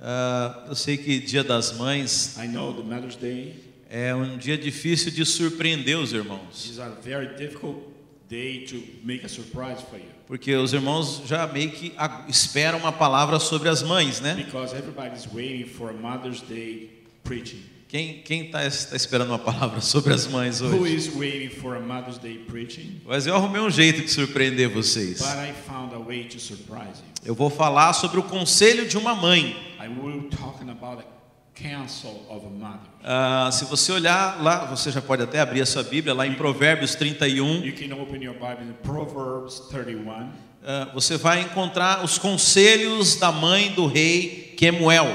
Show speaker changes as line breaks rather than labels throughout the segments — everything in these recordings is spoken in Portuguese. Ah, eu sei que Dia das Mães
I know the Mother's Day
é um dia difícil de surpreender os irmãos,
is a very difficult day to make a surprise for you
porque os irmãos já meio que a- esperam uma palavra sobre as mães, né?
because everybody's waiting for a Mother's Day preaching.
Quem quem tá, es- tá esperando uma palavra sobre as mães
Who
hoje?
is waiting for a Mother's Day preaching?
Mas eu arrumei um jeito de surpreender vocês.
But I found a way to surprise you.
Eu vou falar sobre o conselho de uma mãe.
I will talking about the counsel of a mother.
Ah, se você olhar lá, você já pode até abrir a sua Bíblia lá em Provérbios 31.
You can open your Bible in Proverbs 31.
Ah, você vai encontrar os conselhos da mãe do rei Quemuel.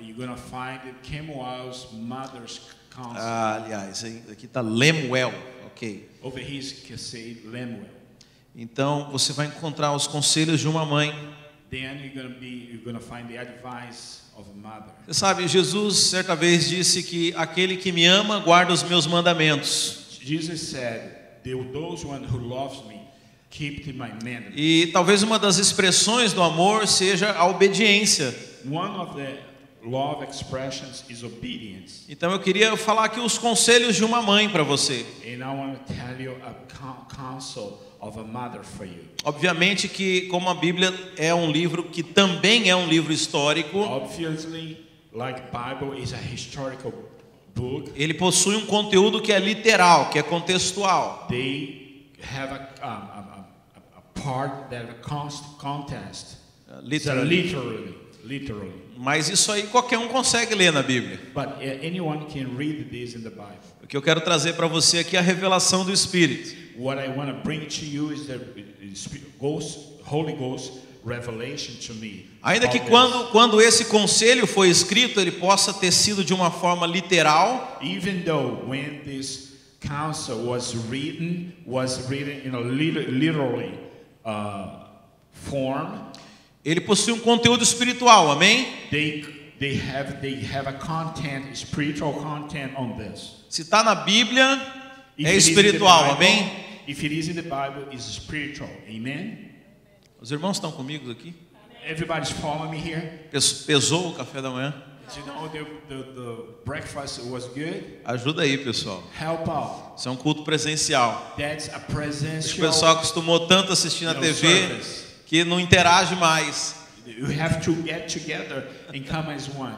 You're gonna find that Kemuel's mother's counsel.
Ah, aliás, aí- aqui está Lemuel, ok.
Over here is Kesed Lemuel.
Então você vai encontrar os conselhos de uma mãe.
Then you're gonna be you're gonna find the advice of a mother.
Você sabe, Jesus certa vez disse que aquele que me ama guarda os meus mandamentos.
Jesus said, "They- "Those one who loves me, keep to my mandaments."
E talvez uma das expressões do amor seja a obediência.
One of the love expressions is obedience,
Então eu queria falar aqui os conselhos de uma mãe para você.
and I want to tell you a coun- counsel of a mother for you.
Obviamente que como a Bíblia é um livro que também é um livro histórico,
Obviously, like Bible is a historical book,
Ele possui um conteúdo que é literal, que é contextual.
they have a, um, um, um, a, a part that a const, contest.
Uh,
It's a literally, literally.
Mas isso aí qualquer um consegue ler na Bíblia.
But uh, anyone can read this in the Bible.
O que eu quero trazer para você aqui é a revelação do Espírito.
What I want to bring to you is the uh, Spirit- Ghost, Holy Ghost revelation to me.
Ainda que
about
quando, quando esse conselho foi escrito, ele possa ter sido de uma forma literal,
this. even though when this counsel was written, was written in a lit- literally uh, form,
ele possui um conteúdo espiritual, amém?
they they have they have a content, spiritual content on this.
Se está na Bíblia,
If
é
it is in the
espiritual,
Bible-
amém?
If it is in the Bible, it's spiritual. Amen.
Os irmãos estão comigo aqui?
Everybody's following me here.
Pes- Pesou o café da manhã?
Did you know the, the, the breakfast was good?
Ajuda aí, pessoal.
Help out.
Isso é um culto presencial.
That's a
O
presential
pessoal acostumou tanto a assistir na
Não,
TV
service.
que não interage mais.
You have to get together and come as one.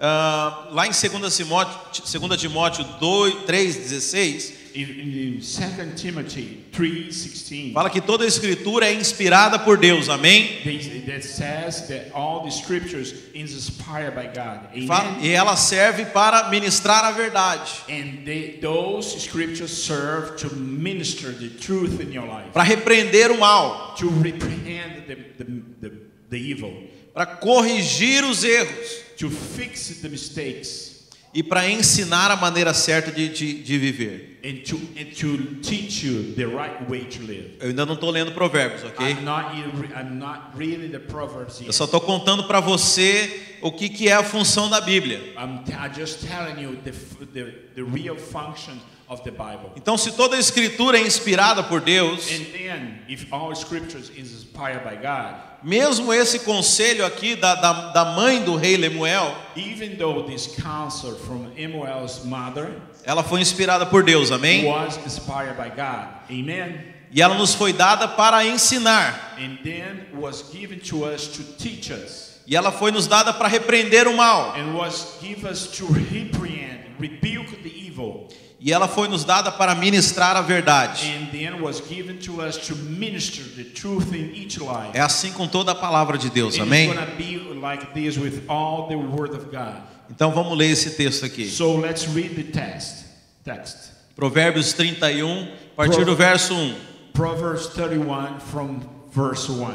Ah, lá em 2 Timóteo, 2 Timóteo 2, 3, 16,
In, in 2 Timothy 3.16,
fala que toda a escritura é inspirada por Deus, amém?
they- that says that all the scriptures is inspired by God. Amen?
Fala- e ela serve para ministrar a verdade,
And they, those scriptures serve to minister the truth in your life,
para repreender o mal,
to reprehend the, the, the, the evil,
para corrigir os erros
to fix the mistakes.
e para ensinar a maneira certa de, de, de viver.
and to, and to teach you the right way to live.
Eu ainda não estou lendo provérbios, ok?
I'm not in- I'm not reading the proverbs
Eu
yet.
só estou contando para você o que, que é a função da Bíblia.
I'm, t- I'm just telling you the, f- the, the real function of the Bible.
Então, se toda a escritura é inspirada por Deus,
And then, if all scriptures is inspired by God,
mesmo esse conselho aqui da, da, da mãe do rei Lemuel,
even though this counsel from Emuel's mother
ela foi inspirada por Deus, amém?
was inspired by God, Amen.
E ela nos foi dada para ensinar,
And then was given to us to teach us,
e ela foi nos dada para repreender o mal,
and was give us to reprehend, rebuke the evil.
e ela foi nos dada para ministrar a verdade.
and then was given to us to minister the truth in each life.
É assim com toda a palavra de Deus,
It's
amém?
gonna be like this with all the word of God.
Então vamos ler esse texto aqui.
So let's read the text. Text.
Provérbios 31, a partir do verso 1.
Proverbs 31 from verse 1.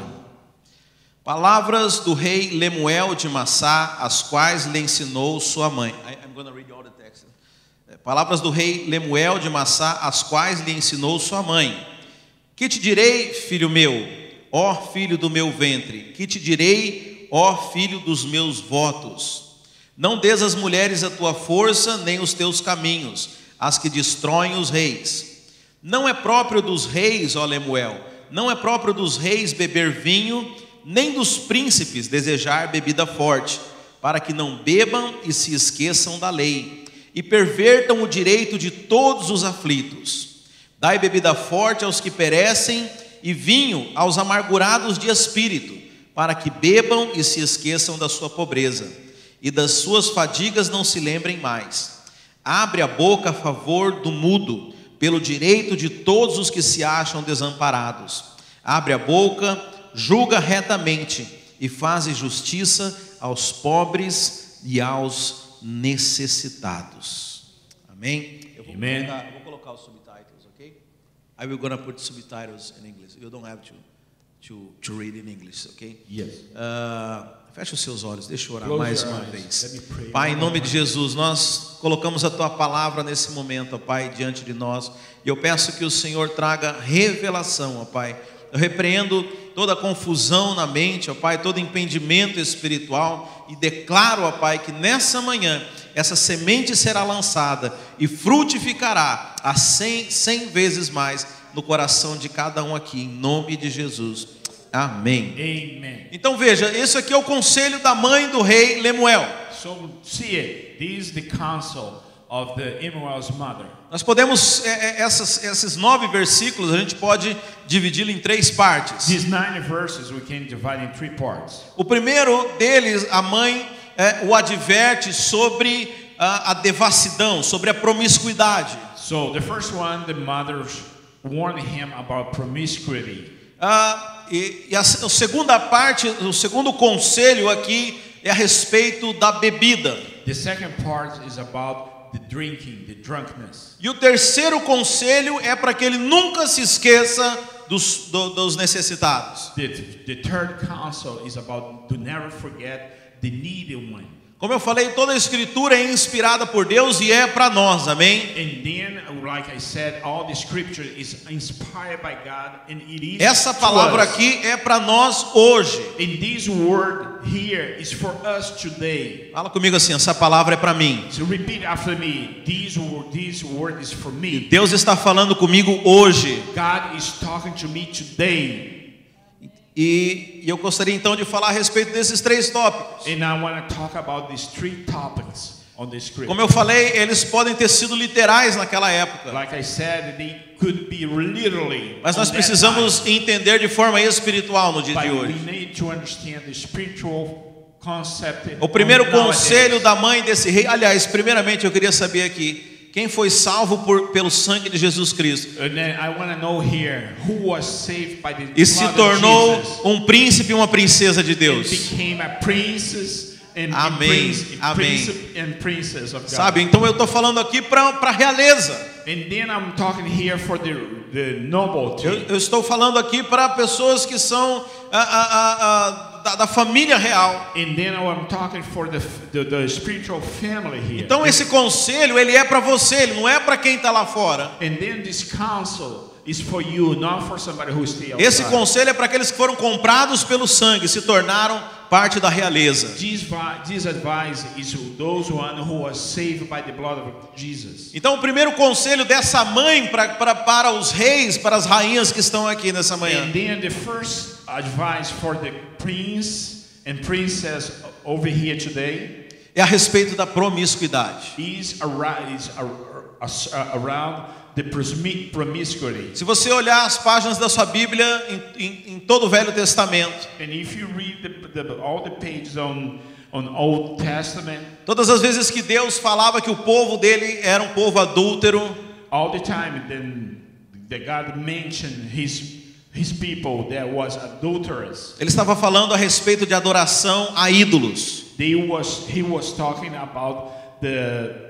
Palavras do rei Lemuel de Massá, as quais lhe ensinou sua mãe. I- I'm gonna read all the text. Eh, Palavras do rei Lemuel de Massá, as quais lhe ensinou sua mãe. Que te direi, filho meu, ó filho do meu ventre? Que te direi, ó filho dos meus votos? Não des às mulheres a tua força, nem os teus caminhos, as que destroem os reis. Não é próprio dos reis, ó Lemuel, não é próprio dos reis beber vinho, nem dos príncipes desejar bebida forte, para que não bebam e se esqueçam da lei, e pervertam o direito de todos os aflitos. Dai bebida forte aos que perecem, e vinho aos amargurados de espírito, para que bebam e se esqueçam da sua pobreza, e das suas fadigas não se lembrem mais. Abre a boca a favor do mudo, pelo direito de todos os que se acham desamparados. Abre a boca, julga retamente e faz justiça aos pobres e aos necessitados. Amém? Eu vou,
Amen.
Colocar, vou colocar os subtitles, ok? I will gonna put subtitles in English. You don't have to, to, to read in English, ok?
Yes.
Ah, fecha os seus olhos, deixa eu orar
Close
mais
your
uma
eyes. Let me
vez.
pray.
Pai, em nome de Jesus, nós colocamos a tua palavra nesse momento, ó Pai, diante de nós. E eu peço que o Senhor traga revelação, ó Pai. Eu repreendo toda confusão na mente, ó Pai, todo impedimento espiritual e declaro, ó Pai, que nessa manhã essa semente será lançada e frutificará a cem, cem vezes mais no coração de cada um aqui, em nome de Jesus. Amém.
Amen.
Então veja, esse aqui é o conselho da mãe do rei Lemuel.
So see it. This is the counsel of the Emmanuel's mother.
Nós podemos, é, é, essas- esses nove versículos, a gente pode dividi-lo em três partes.
These nine verses we can divide in three parts.
O primeiro deles, a mãe é, o adverte sobre ah, a devassidão, sobre a promiscuidade.
So the first one, the mother warned him about promiscuity.
Ah, e e a, se- a segunda parte, o segundo conselho aqui é a respeito da bebida.
The second part is about the drinking, the drunkenness.
E o terceiro conselho é para que ele nunca se esqueça dos- do- dos necessitados.
The, the third counsel is about to never forget the needy one.
Como eu falei, toda a escritura é inspirada por Deus e é para nós, amém?
And then, like I said, all the scripture is inspired by God and it is
Essa
to
palavra
us.
aqui é para nós hoje.
In this word here is for us today.
Fala comigo assim, essa palavra é para mim.
So repeat after me. This word, this word is for me.
Deus está falando comigo hoje.
God is talking to me today.
E, e eu gostaria então de falar a respeito desses três tópicos.
And I want to talk about these three topics on the scripture.
Como eu falei, eles podem ter sido literais naquela época,
Like I said, they could be literally.
mas nós
on that
precisamos entender de forma espiritual no dia
time,
de
But we
hoje.
need to understand the spiritual concept.
O primeiro
nowadays.
conselho da mãe desse rei, aliás, primeiramente eu queria saber aqui, quem foi salvo por- pelo sangue de Jesus Cristo?
And then I want to know here who was saved by the
e se
blood
tornou
of Jesus.
um príncipe e uma princesa de
and
Deus.
became a princess and, and
Amém.
prince, and
Amém.
prince- and princess of God.
Sabe? Então eu estou falando aqui para a realeza.
And then I'm talking here for the the nobility.
Eu, eu estou falando aqui para pessoas que são ah, ah, ah, ah, da, da família real.
And then I'm talking for the the, the spiritual family here.
Então esse conselho ele é para você, ele não é para quem está lá fora.
and then this counsel is for you, not for somebody who stay outside.
Esse conselho é para aqueles que foram comprados pelo sangue, se tornaram parte da realeza.
this, vi- this advice is to those one who was saved by the blood of Jesus.
Então o primeiro conselho dessa mãe pra, pra- para os reis, para as rainhas que estão aqui nessa manhã.
And then the first advice for the prince and princess over here today
É a respeito da promiscuidade.
is, around, is ar- as- around the prosmi- promiscuity.
Se você olhar as páginas da sua Bíblia em, em- em todo o Velho Testamento,
And if you read the, the, all the pages on, on Old Testament,
todas as vezes que Deus falava que o povo dele era um povo adúltero,
all the time, then the God mentioned his, his people that was adulterous.
ele estava falando a respeito de adoração a ídolos.
They was, he was talking about the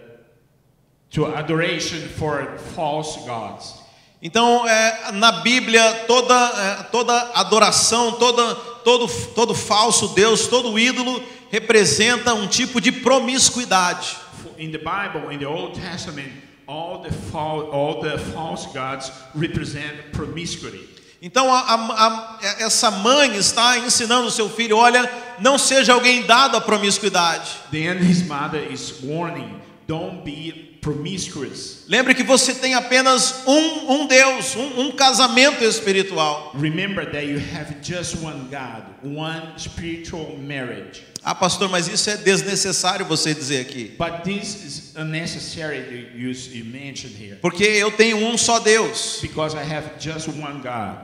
to adoration for false gods.
Então, é, na Bíblia, toda, é, toda adoração, toda, todo, todo falso Deus, todo ídolo, representa um tipo de promiscuidade.
In the Bible, in the Old Testament, all the, fal- all the false gods represent promiscuity.
Então, a- a- a- essa mãe está ensinando o seu filho: olha, não seja alguém dado à promiscuidade.
Then his mother is warning, don't be promiscuous.
Lembre que você tem apenas um, um Deus, um, um casamento espiritual.
Remember that you have just one God, one spiritual marriage.
Ah, pastor, mas isso é desnecessário você dizer aqui.
But this is unnecessary that you, you mentioned here
Porque eu tenho um só Deus.
because I have just one God.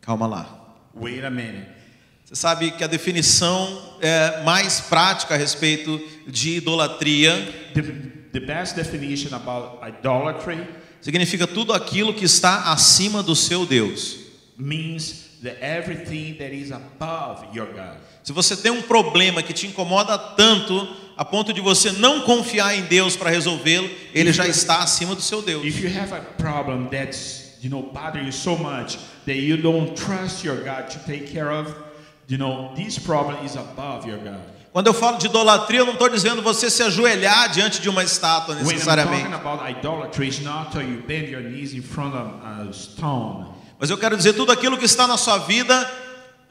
Calma lá.
Wait a minute.
Você sabe que a definição é, mais prática a respeito de idolatria
The, the best definition about idolatry
significa tudo aquilo que está acima do seu Deus.
means that everything that is above your God.
Se você tem um problema que te incomoda tanto a ponto de você não confiar em Deus para resolvê-lo, ele já está acima do seu Deus.
If you have a problem that's you know bother you so much that you don't trust your God to take care of, you know this problem is above your God.
Quando eu falo de idolatria, eu não estou dizendo você se ajoelhar diante de uma estátua
When I'm talking
necessariamente.
about idolatry, it's not till you bend your knees in front of a stone.
Mas eu quero dizer tudo aquilo que está na sua vida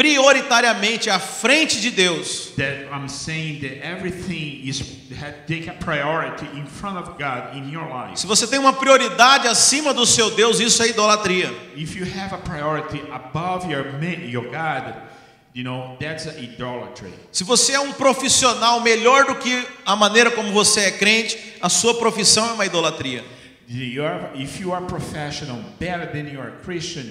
prioritariamente à frente de Deus.
That I'm saying that everything is ha- take a priority in front of God in your life.
Se você tem uma prioridade acima do seu Deus, isso é idolatria.
If you have a priority above your ma- your God, you know that's idolatry.
Se você é um profissional melhor do que a maneira como você é crente, a sua profissão é uma idolatria.
You are- if you are professional better than you are Christian,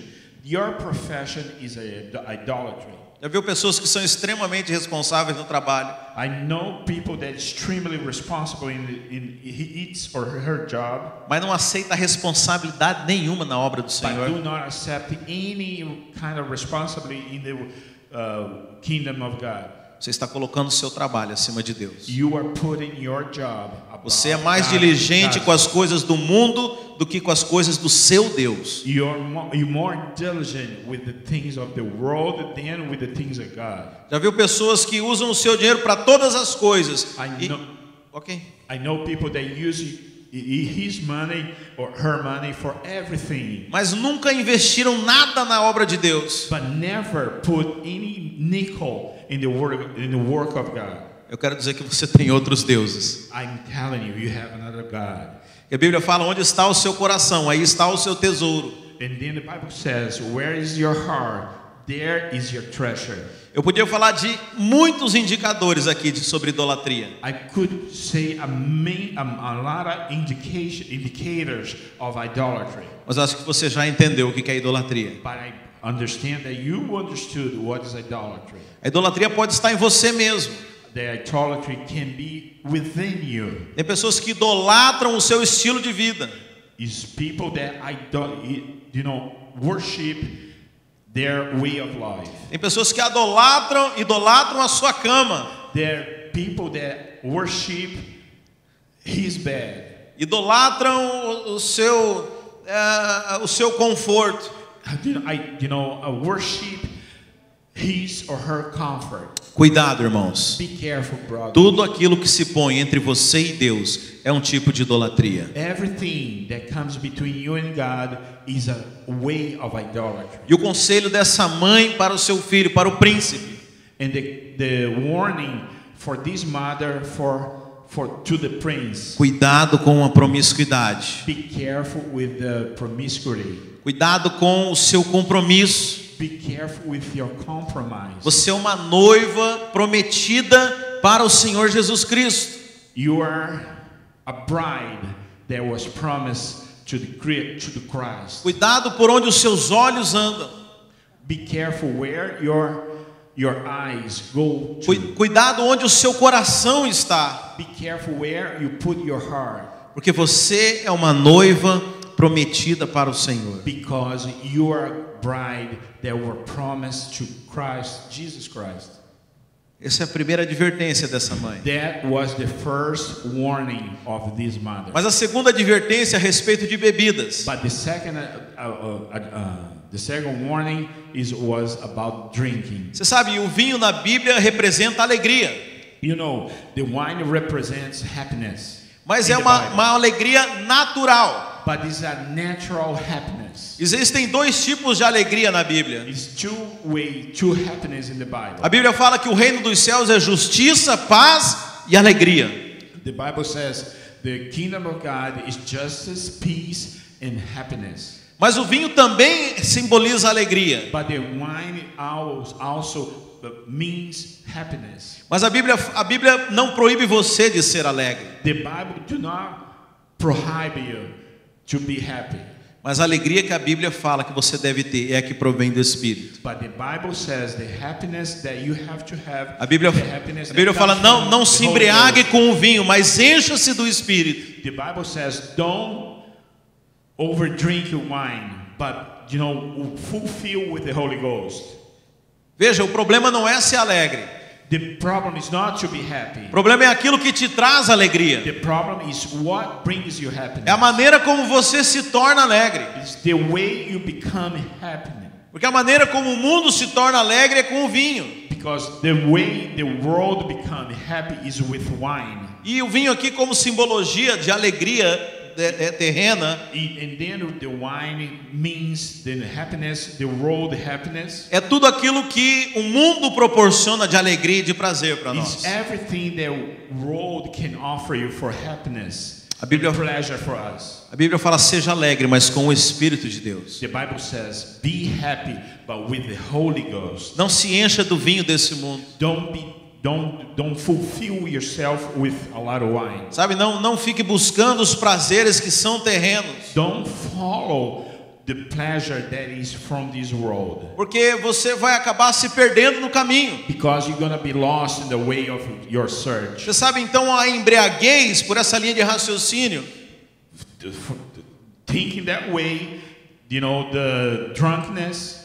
your profession is a, idolatry.
Já viu pessoas que são extremamente responsáveis no trabalho,
I know people that extremely responsible in, in his or her job,
mas não aceita responsabilidade nenhuma na obra do
but
Senhor.
do not accept any kind of responsibility in the uh, kingdom of God.
Você está colocando o seu trabalho acima de Deus.
You are putting your job. above
Você é mais
God-
diligente
God's
com as coisas do mundo do que com as coisas do seu Deus.
You're more, you're more diligent with the things of the world than with the things of God.
Já viu pessoas que usam o seu dinheiro para todas as coisas.
I
E-
know.
Ok.
I know people that use i- i- his money or her money for everything,
Mas nunca investiram nada na obra de Deus.
but never put any nickel in the work in the work of God.
Eu quero dizer que você tem outros deuses.
I'm telling you, you have another God.
E a Bíblia fala: onde está o seu coração, aí está o seu tesouro.
And then the Bible says, "Where is your heart? There is your treasure."
Eu podia falar de muitos indicadores aqui de, sobre idolatria,
I could say a, main, a, a lot of indication, indicators of idolatry,
mas eu acho que você já entendeu o que que é idolatria.
but I understand that you understood what is idolatry.
A idolatria pode estar em você mesmo.
The idolatry can be within you.
Tem pessoas que idolatram o seu estilo de vida.
is people that I don't, you know, worship their way of life.
Tem pessoas que idolatram, idolatram a sua cama,
They're people that worship his bed.
idolatram o, o seu eh, o seu conforto.
You know, I, you know, I worship his or her comfort.
Cuidado, irmãos.
Be careful, brother.
Tudo aquilo que se põe entre você e Deus é um tipo de idolatria.
Everything that comes between you and God is a way of idolatry.
E o conselho dessa mãe para o seu filho, para o príncipe,
And the, the warning for this mother for, for to the prince.
Cuidado com a promiscuidade.
Be careful with the promiscuity.
Cuidado com o seu compromisso.
Be careful with your compromise.
Você é uma noiva prometida para o Senhor Jesus Cristo.
You are a bride that was promised to the Cri- to the Christ.
Cuidado por onde os seus olhos andam.
Be careful where your your eyes go. To.
Cui- Cuidado onde o seu coração está.
Be careful where you put your heart,
Porque você é uma noiva prometida para o Senhor.
because you are a bride that were promised to Christ, Jesus Christ.
Essa é a primeira advertência dessa mãe.
That was the first warning of this mother.
Mas a segunda advertência é a respeito de bebidas.
But the second, uh, uh, uh, uh, the second warning is was about drinking.
Você sabe, o vinho na Bíblia representa alegria,
You know, the wine represents happiness,
mas
in
é
the
uma,
Bible.
uma alegria natural.
but it's a natural happiness.
Existem dois tipos de alegria na Bíblia.
It's two way, two happiness in the Bible.
A Bíblia fala que o reino dos céus é justiça, paz e alegria.
The Bible says the kingdom of God is justice, peace, and happiness.
Mas o vinho também simboliza alegria.
But the wine als- also uh, means happiness.
Mas a Bíblia, a Bíblia não proíbe você de ser alegre.
The Bible do not prohibit you to be happy,
Mas a alegria que a Bíblia fala que você deve ter é a que provém do Espírito.
but the Bible says the happiness that you have to have.
A Bíblia,
the happiness
a Bíblia
that
fala:
comes
não,
from
não
the
se
Holy
embriague com o vinho, mas encha-se do Espírito.
Ghost. The Bible says don't overdrink your wine, but you know fulfill with the Holy Ghost.
Veja, o problema não é ser alegre.
The problem is not to be happy.
O problema é aquilo que te traz alegria.
The problem is what brings you happiness.
É a maneira como você se torna alegre.
It's the way you become happy.
Porque a maneira como o mundo se torna alegre é com o vinho.
Because the way the world become happy is with wine.
E o vinho aqui como simbologia de alegria é, é, terrena
I- And then the wine means the happiness, the world happiness.
é tudo aquilo que o mundo proporciona de alegria e de prazer para nós.
It's everything the world can offer you for happiness,
A Bíblia,
pleasure for us.
a Bíblia fala: seja alegre, mas com o Espírito de Deus.
The Bible says, be happy, but with the Holy Ghost.
Não se encha do vinho desse mundo.
Don't be don't don't fulfill yourself with a lot of wine.
Sabe, não, não fique buscando os prazeres que são terrenos.
Don't follow the pleasure that is from this world.
Porque você vai acabar se perdendo no caminho.
Because you're gonna be lost in the way of your search.
Você sabe, então, a embriaguez por essa linha de raciocínio
Thinking that way, you know, the drunkenness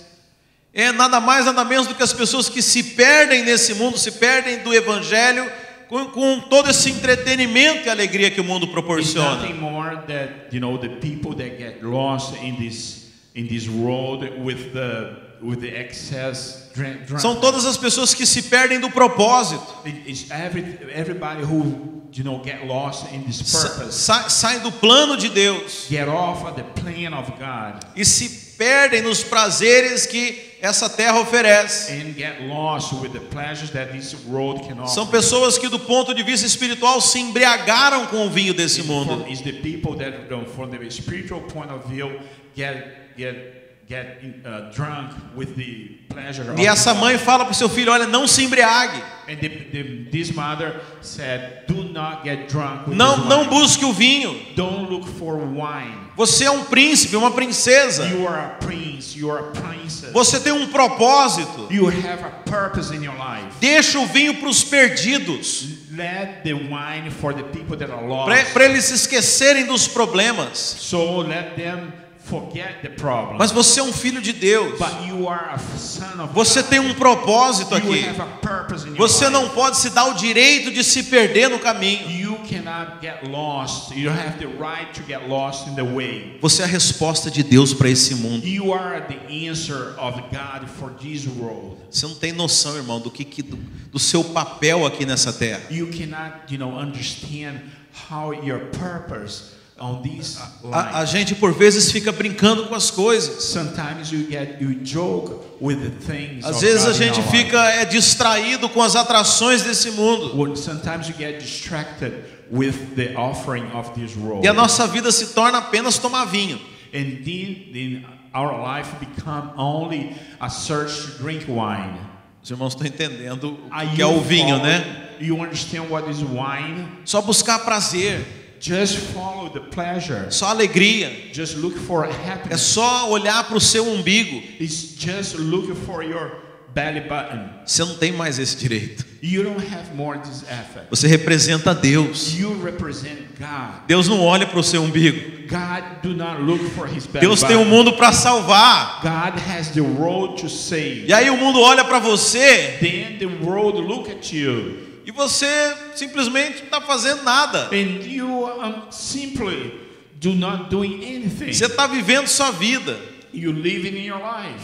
é nada mais, nada menos do que as pessoas que se perdem nesse mundo, se perdem do Evangelho, com, com todo esse entretenimento e alegria que o mundo
is
proporciona.
nothing more that you know the people that get lost in this in this world with the with the excess drink. drunk-
São todas as pessoas que se perdem do propósito,
It- It's every everybody who you know get lost in this
sa,
purpose,
sa- saem do plano de Deus
get off of the plan of God,
e se perdem nos prazeres que essa terra oferece.
and get lost with the pleasures that this world can offer.
São pessoas que, do ponto de vista espiritual, se embriagaram com o vinho desse mundo.
Is the people that don't, from the spiritual point of view get get get uh, drunk with the pleasure. of
E essa
God.
mãe fala para o seu filho: Olha, não se embriague.
and the, the, this mother said, "Do not get drunk with
Não,
this
não
wine.
busque o vinho.
Don't look for wine.
Você é um príncipe, uma princesa.
You are a prince. You are a princess.
Você tem um propósito.
You have a purpose in your life."
Deixa o vinho para os perdidos,
Let the wine for the people that are lost.
para eles se esquecerem dos problemas.
So let them forget the problem.
Mas você é um filho de Deus.
But you are a son of
Você
God.
tem um propósito
You
aqui.
have a purpose in your
Você não
life.
pode se dar o direito de se perder no caminho.
You cannot get lost. You have the right to get lost in the way.
Você é a resposta de Deus para esse mundo.
You are the answer of God for this world.
Você não tem noção, irmão, do que, que- do, do seu papel aqui nessa terra.
You cannot, you know, understand how your purpose on this
A, a
life.
gente por vezes fica brincando com as coisas.
Sometimes you get you joke with the things.
Às
of
vezes a
God in
gente
our life.
fica é distraído com as atrações desse mundo
When sometimes you get distracted with the offering of this world.
e a nossa vida se torna apenas tomar vinho.
And then, then our life become only a search to drink wine.
Os irmãos estão entendendo
Are
o que é o vinho, né?
You understand what is wine?
Só buscar prazer,
Just follow the pleasure.
só alegria.
Just look for
É
happiness.
só olhar para o seu umbigo.
It's just looking for your belly button.
Você não tem mais esse direito.
You don't have more this effort.
Você representa Deus.
You represent God.
Deus não olha para o seu umbigo.
God do not look for his belly
Deus tem o
button.
mundo para salvar.
God has the world to save.
E aí o mundo olha para você
Then the world look at you,
e você simplesmente não está fazendo nada.
and you um, simply do not doing anything.
Você está vivendo sua vida.
You living in your life.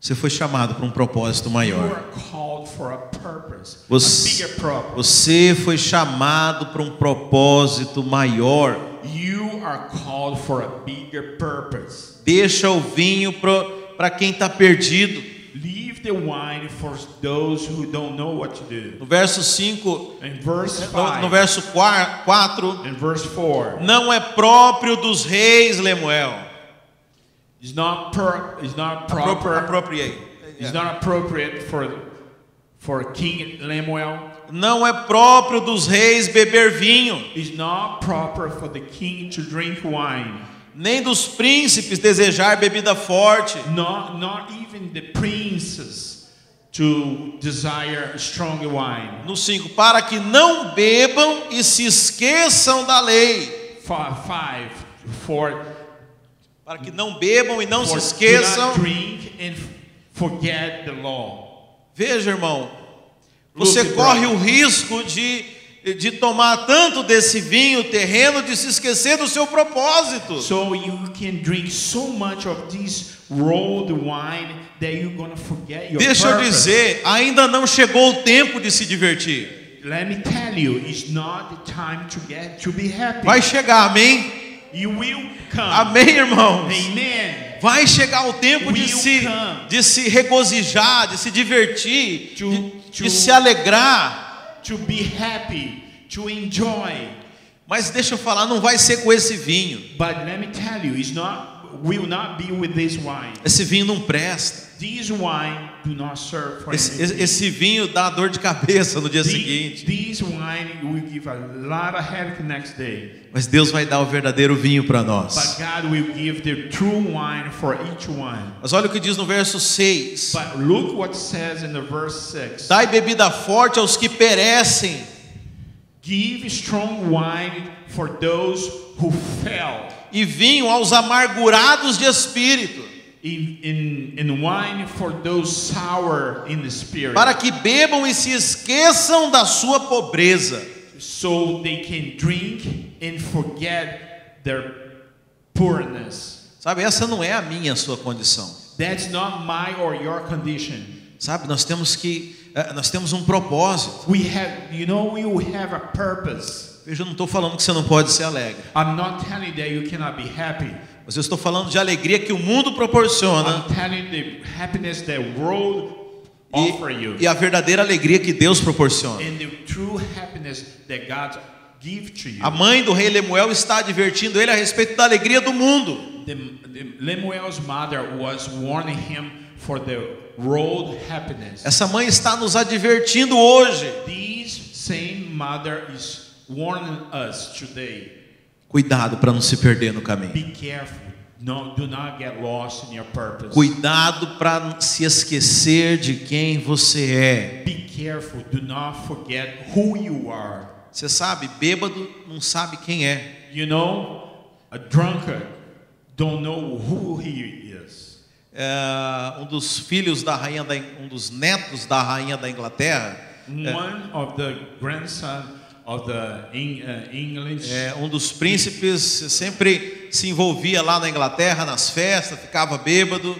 Você foi chamado para um propósito
You
maior.
are called for a purpose,
Você-
a bigger purpose.
Você foi chamado para um propósito maior.
You are called for a bigger purpose.
Deixa o vinho para quem está tá perdido.
Leave Give the wine for those who don't know what to do.
No verso 5,
In verse
no,
5
no verso 4,
and verse 4,
não é próprio dos reis, Lemuel.
it's not, per, it's not
Apro-
proper,
Appropriate.
it's not appropriate for, for King Lemuel.
Não é próprio dos reis beber vinho,
It's not proper for the king to drink wine.
nem dos príncipes desejar bebida forte.
Not, not even the princes to desire strong wine.
No 5, para que não bebam e se esqueçam da lei.
Fi- Five, for,
Para que não bebam e não se
for do
esqueçam.
not drink and forget the law.
Veja, irmão, você
Luke,
corre
brother.
o risco de, de tomar tanto desse vinho terreno de se esquecer do seu propósito.
So you can drink so much of this raw wine that you're gonna forget your
Deixa eu
purpose.
dizer, ainda não chegou o tempo de se divertir.
Let me tell you, it's not the time to get to be happy.
Vai chegar, amém?
You will come.
Amém, irmãos?
Amen.
Vai chegar o tempo de
Will
se,
come.
de se regozijar, de se divertir,
To-
de,
to-
de se alegrar.
To be happy, to enjoy.
Mas deixa eu falar, não vai ser com esse vinho.
But let me tell you, it's not will not be with this wine.
Esse vinho não presta.
This wine do not serve for
Esse,
anything.
esse- esse vinho dá dor de cabeça no dia
The-
seguinte.
This wine will give a lot of headache next day.
Mas Deus vai dar o verdadeiro vinho para
But
nós.
God will give the true wine for each one.
Mas olha o que diz no verso 6.
But look what it says in the verse 6.
Dai bebida forte aos que perecem,
Give strong wine for those who fell.
e vinho aos amargurados de espírito,
In, in, in wine for those sour in the spirit.
para que bebam e se esqueçam da sua pobreza.
so they can drink and forget their poorness.
Sabe, essa não é a minha a sua condição.
That's not my or your condition.
Sabe, nós temos que eh, nós temos um propósito.
We have, you know, we will have a purpose.
Veja, eu não estou falando que você não pode ser alegre,
I'm not telling you that you cannot be happy.
mas eu estou falando de alegria que o mundo proporciona
I'm telling you the happiness that world offer you
e, e a verdadeira alegria que Deus proporciona.
and the true happiness that God give to you.
A mãe do rei Lemuel está advertindo ele a respeito da alegria do mundo.
The, the Lemuel's mother was warning him for the world happiness.
Essa mãe está nos advertindo hoje.
This same mother is warning us today.
Cuidado para não se perder no caminho.
Be careful. No, do not get lost in your purpose.
Cuidado para se esquecer de quem você é.
Be careful. Do not forget who you are.
Você sabe, bêbado não sabe quem é.
You know, a drunkard don't know who he is.
É, um dos filhos da rainha da, In- um dos netos da rainha da Inglaterra, é,
One of the grandson of the Eng, uh, English.
é, um dos príncipes sempre se envolvia lá na Inglaterra nas festas, ficava bêbado.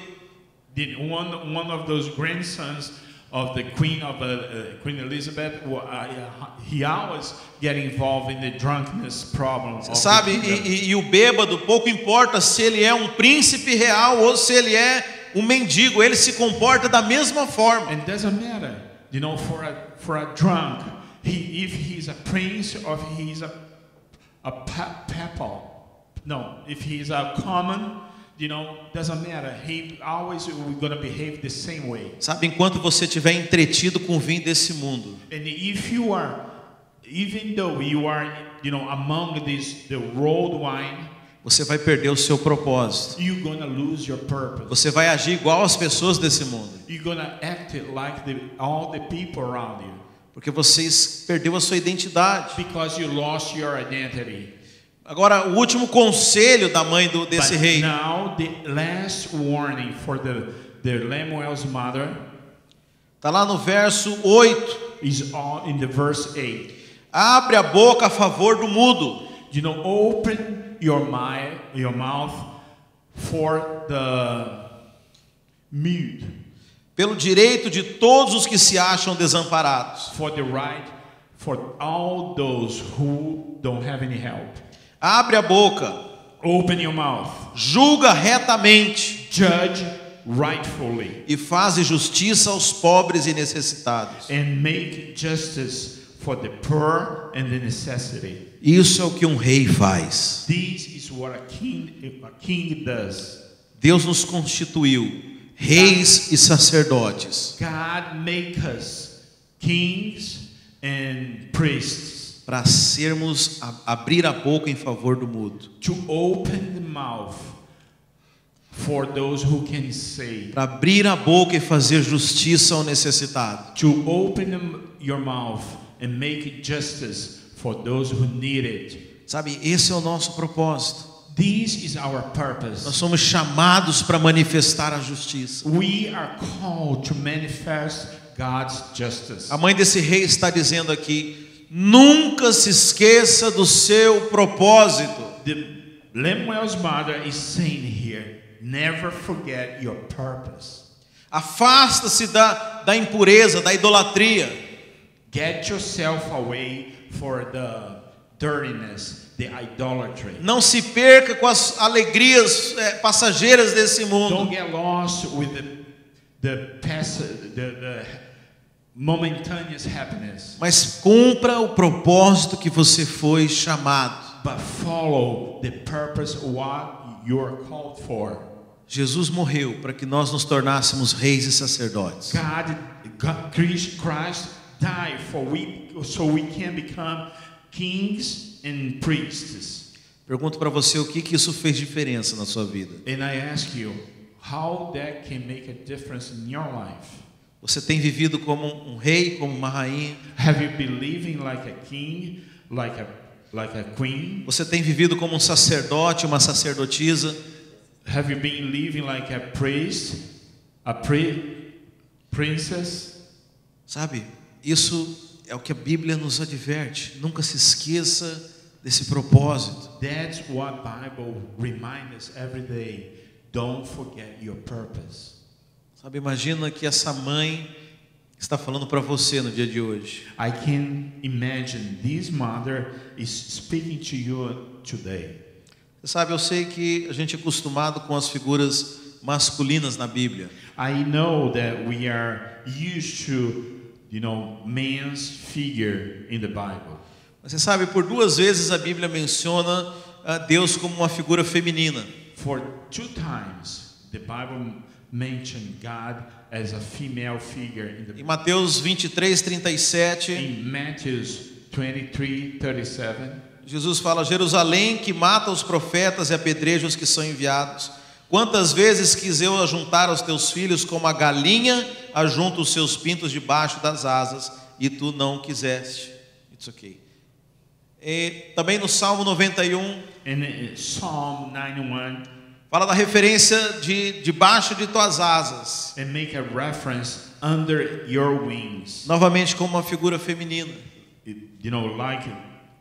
The, one one of those grandsons of the Queen of uh, uh, Queen Elizabeth, wa- uh, he always get involved in the drunkenness problem. of the
Sabe,
kingdom.
e, e- e o bêbado, pouco importa se ele é um príncipe real ou se ele é um mendigo, ele se comporta da mesma forma.
and doesn't matter, you know, for a for a drunk, he if he's a prince or if he's a a pa- papal, no, if he's a common, you know, doesn't matter. He always we're gonna behave the same way.
Sabe, enquanto você estiver entretido com o vinho desse mundo,
And if you are, even though you are, you know, among this the world wine,
você vai perder o seu propósito.
you're gonna lose your purpose.
Você vai agir igual as pessoas desse mundo,
You're gonna act it like the, all the people around you
porque você es- perdeu a sua identidade.
because you lost your identity.
Agora, o último conselho da mãe do, desse
But
rei,
Now the last warning for the the Lemuel's mother
está Tá lá no verso 8.
is all in the verse eight.
Abre a boca a favor do mudo.
You know, open your my, your mouth for the mute,
pelo direito de todos os que se acham desamparados.
for the right, for all those who don't have any help.
Abre a boca,
Open your mouth.
julga retamente,
Judge rightfully
e faze justiça aos pobres e necessitados.
and make justice for the poor and the necessity.
Isso é o que um rei faz.
This is what a king, a king does.
Deus nos constituiu reis e sacerdotes
God make us kings and priests
para sermos a- abrir a boca em favor do mudo,
to open the mouth for those who can say.
para abrir a boca e fazer justiça ao necessitado.
To open them- your mouth and make justice for those who need it.
Sabe, esse é o nosso propósito.
This is our
Nós
purpose.
somos chamados para manifestar a justiça.
We are called to manifest God's justice. Um,
A mãe desse rei está dizendo aqui: nunca se esqueça do seu propósito.
The Lemuel's mother is saying here, never forget your purpose.
Afasta-se da, da impureza, da idolatria.
Get yourself away for the dirtiness, the idolatry.
Não se perca com as alegrias eh, passageiras desse mundo.
Don't get lost with the the pass, the, the momentaneous happiness,
Mas cumpra o propósito que você foi chamado.
but follow the purpose what you're called for.
Jesus morreu para que nós nos tornássemos reis e sacerdotes.
God, God Christ, Christ died for we so we can become kings and priests.
Pergunto para você o que, que isso fez diferença na sua vida.
And I ask you, how that can make a difference in your life?
Você tem vivido como um rei, como uma rainha?
Have you believing like a king, like a like a queen?
Você tem vivido como um sacerdote, uma sacerdotisa?
Have you been living like a priest, a pri princess?
Sabe? Isso é o que a Bíblia nos adverte. Nunca se esqueça desse propósito.
That's what Bible reminds us every day. Don't forget your purpose.
Sabe? Imagina que essa mãe está falando para você no dia de hoje.
I can imagine this mother is speaking to you today.
Você sabe, eu sei que a gente é acostumado com as figuras masculinas na Bíblia.
I know that we are used to, you know, man's figure in the Bible.
Mas você sabe, por duas vezes a Bíblia menciona ah, Deus como uma figura feminina.
For two times, the Bible mentioned God as a female figure in
Em
the
Mateus 23, 37,
in Matthew 23, 37.
Jesus fala: Jerusalém que mata os profetas e apedreja os que são enviados. Quantas vezes quis eu ajuntar os teus filhos como a galinha ajunta os seus pintos debaixo das asas e tu não quiseste. It's okay. E também no Salmo 91,
And in Psalm 91,
Fala da referência de debaixo de tuas asas,
and make a reference under your wings.
novamente como uma figura feminina.
It- you know, like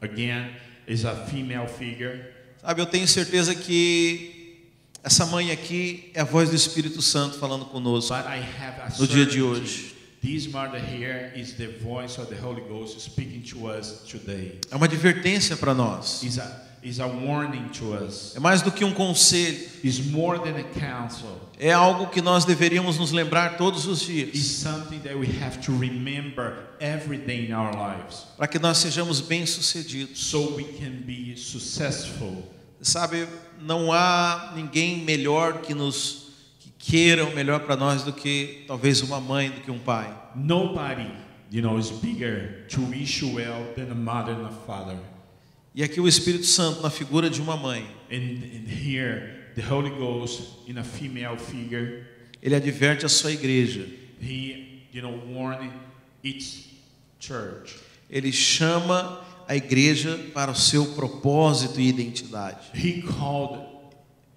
again, is a female figure.
Sabe, eu tenho certeza que essa mãe aqui é a voz do Espírito Santo falando conosco.
But I have a
No dia de
certainty.
hoje.
This mother here is the voice of the Holy Ghost speaking to us today.
É uma advertência para nós.
Is a is a warning to us.
É mais do que um conselho,
Is more than a counsel.
é algo que nós deveríamos nos lembrar todos os
Is
dias,
something that we have to remember every day in our lives,
para que nós sejamos bem-sucedidos.
so we can be successful.
Sabe, não há ninguém melhor que nos que queira o melhor para nós do que talvez uma mãe, do que um pai.
Nobody, you know, is bigger to wish you well than a mother and a father.
E aqui o Espírito Santo na figura de uma mãe,
And, and here, the Holy Ghost in a female figure.
ele adverte a sua igreja.
He, you know, warned each church.
Ele chama a igreja para o seu propósito e identidade.
He called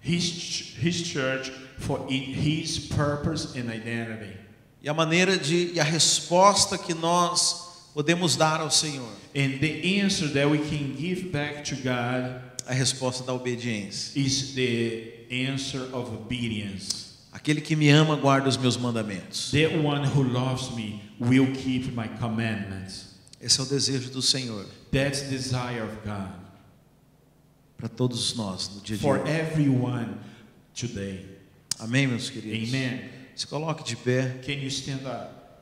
his ch- his church for it, his purpose and identity.
E a maneira de e a resposta que nós podemos dar ao Senhor,
And the answer that we can give back to God
a resposta da obediência.
is the answer of obedience.
Aquele que me ama guarda os meus mandamentos.
The one who loves me will keep my commandments.
Esse é o desejo do Senhor
That's the desire of God
para todos nós no dia de
for
hoje.
everyone today.
Amém, meus queridos?
Amen.
Se coloque de pé.
Can you stand up?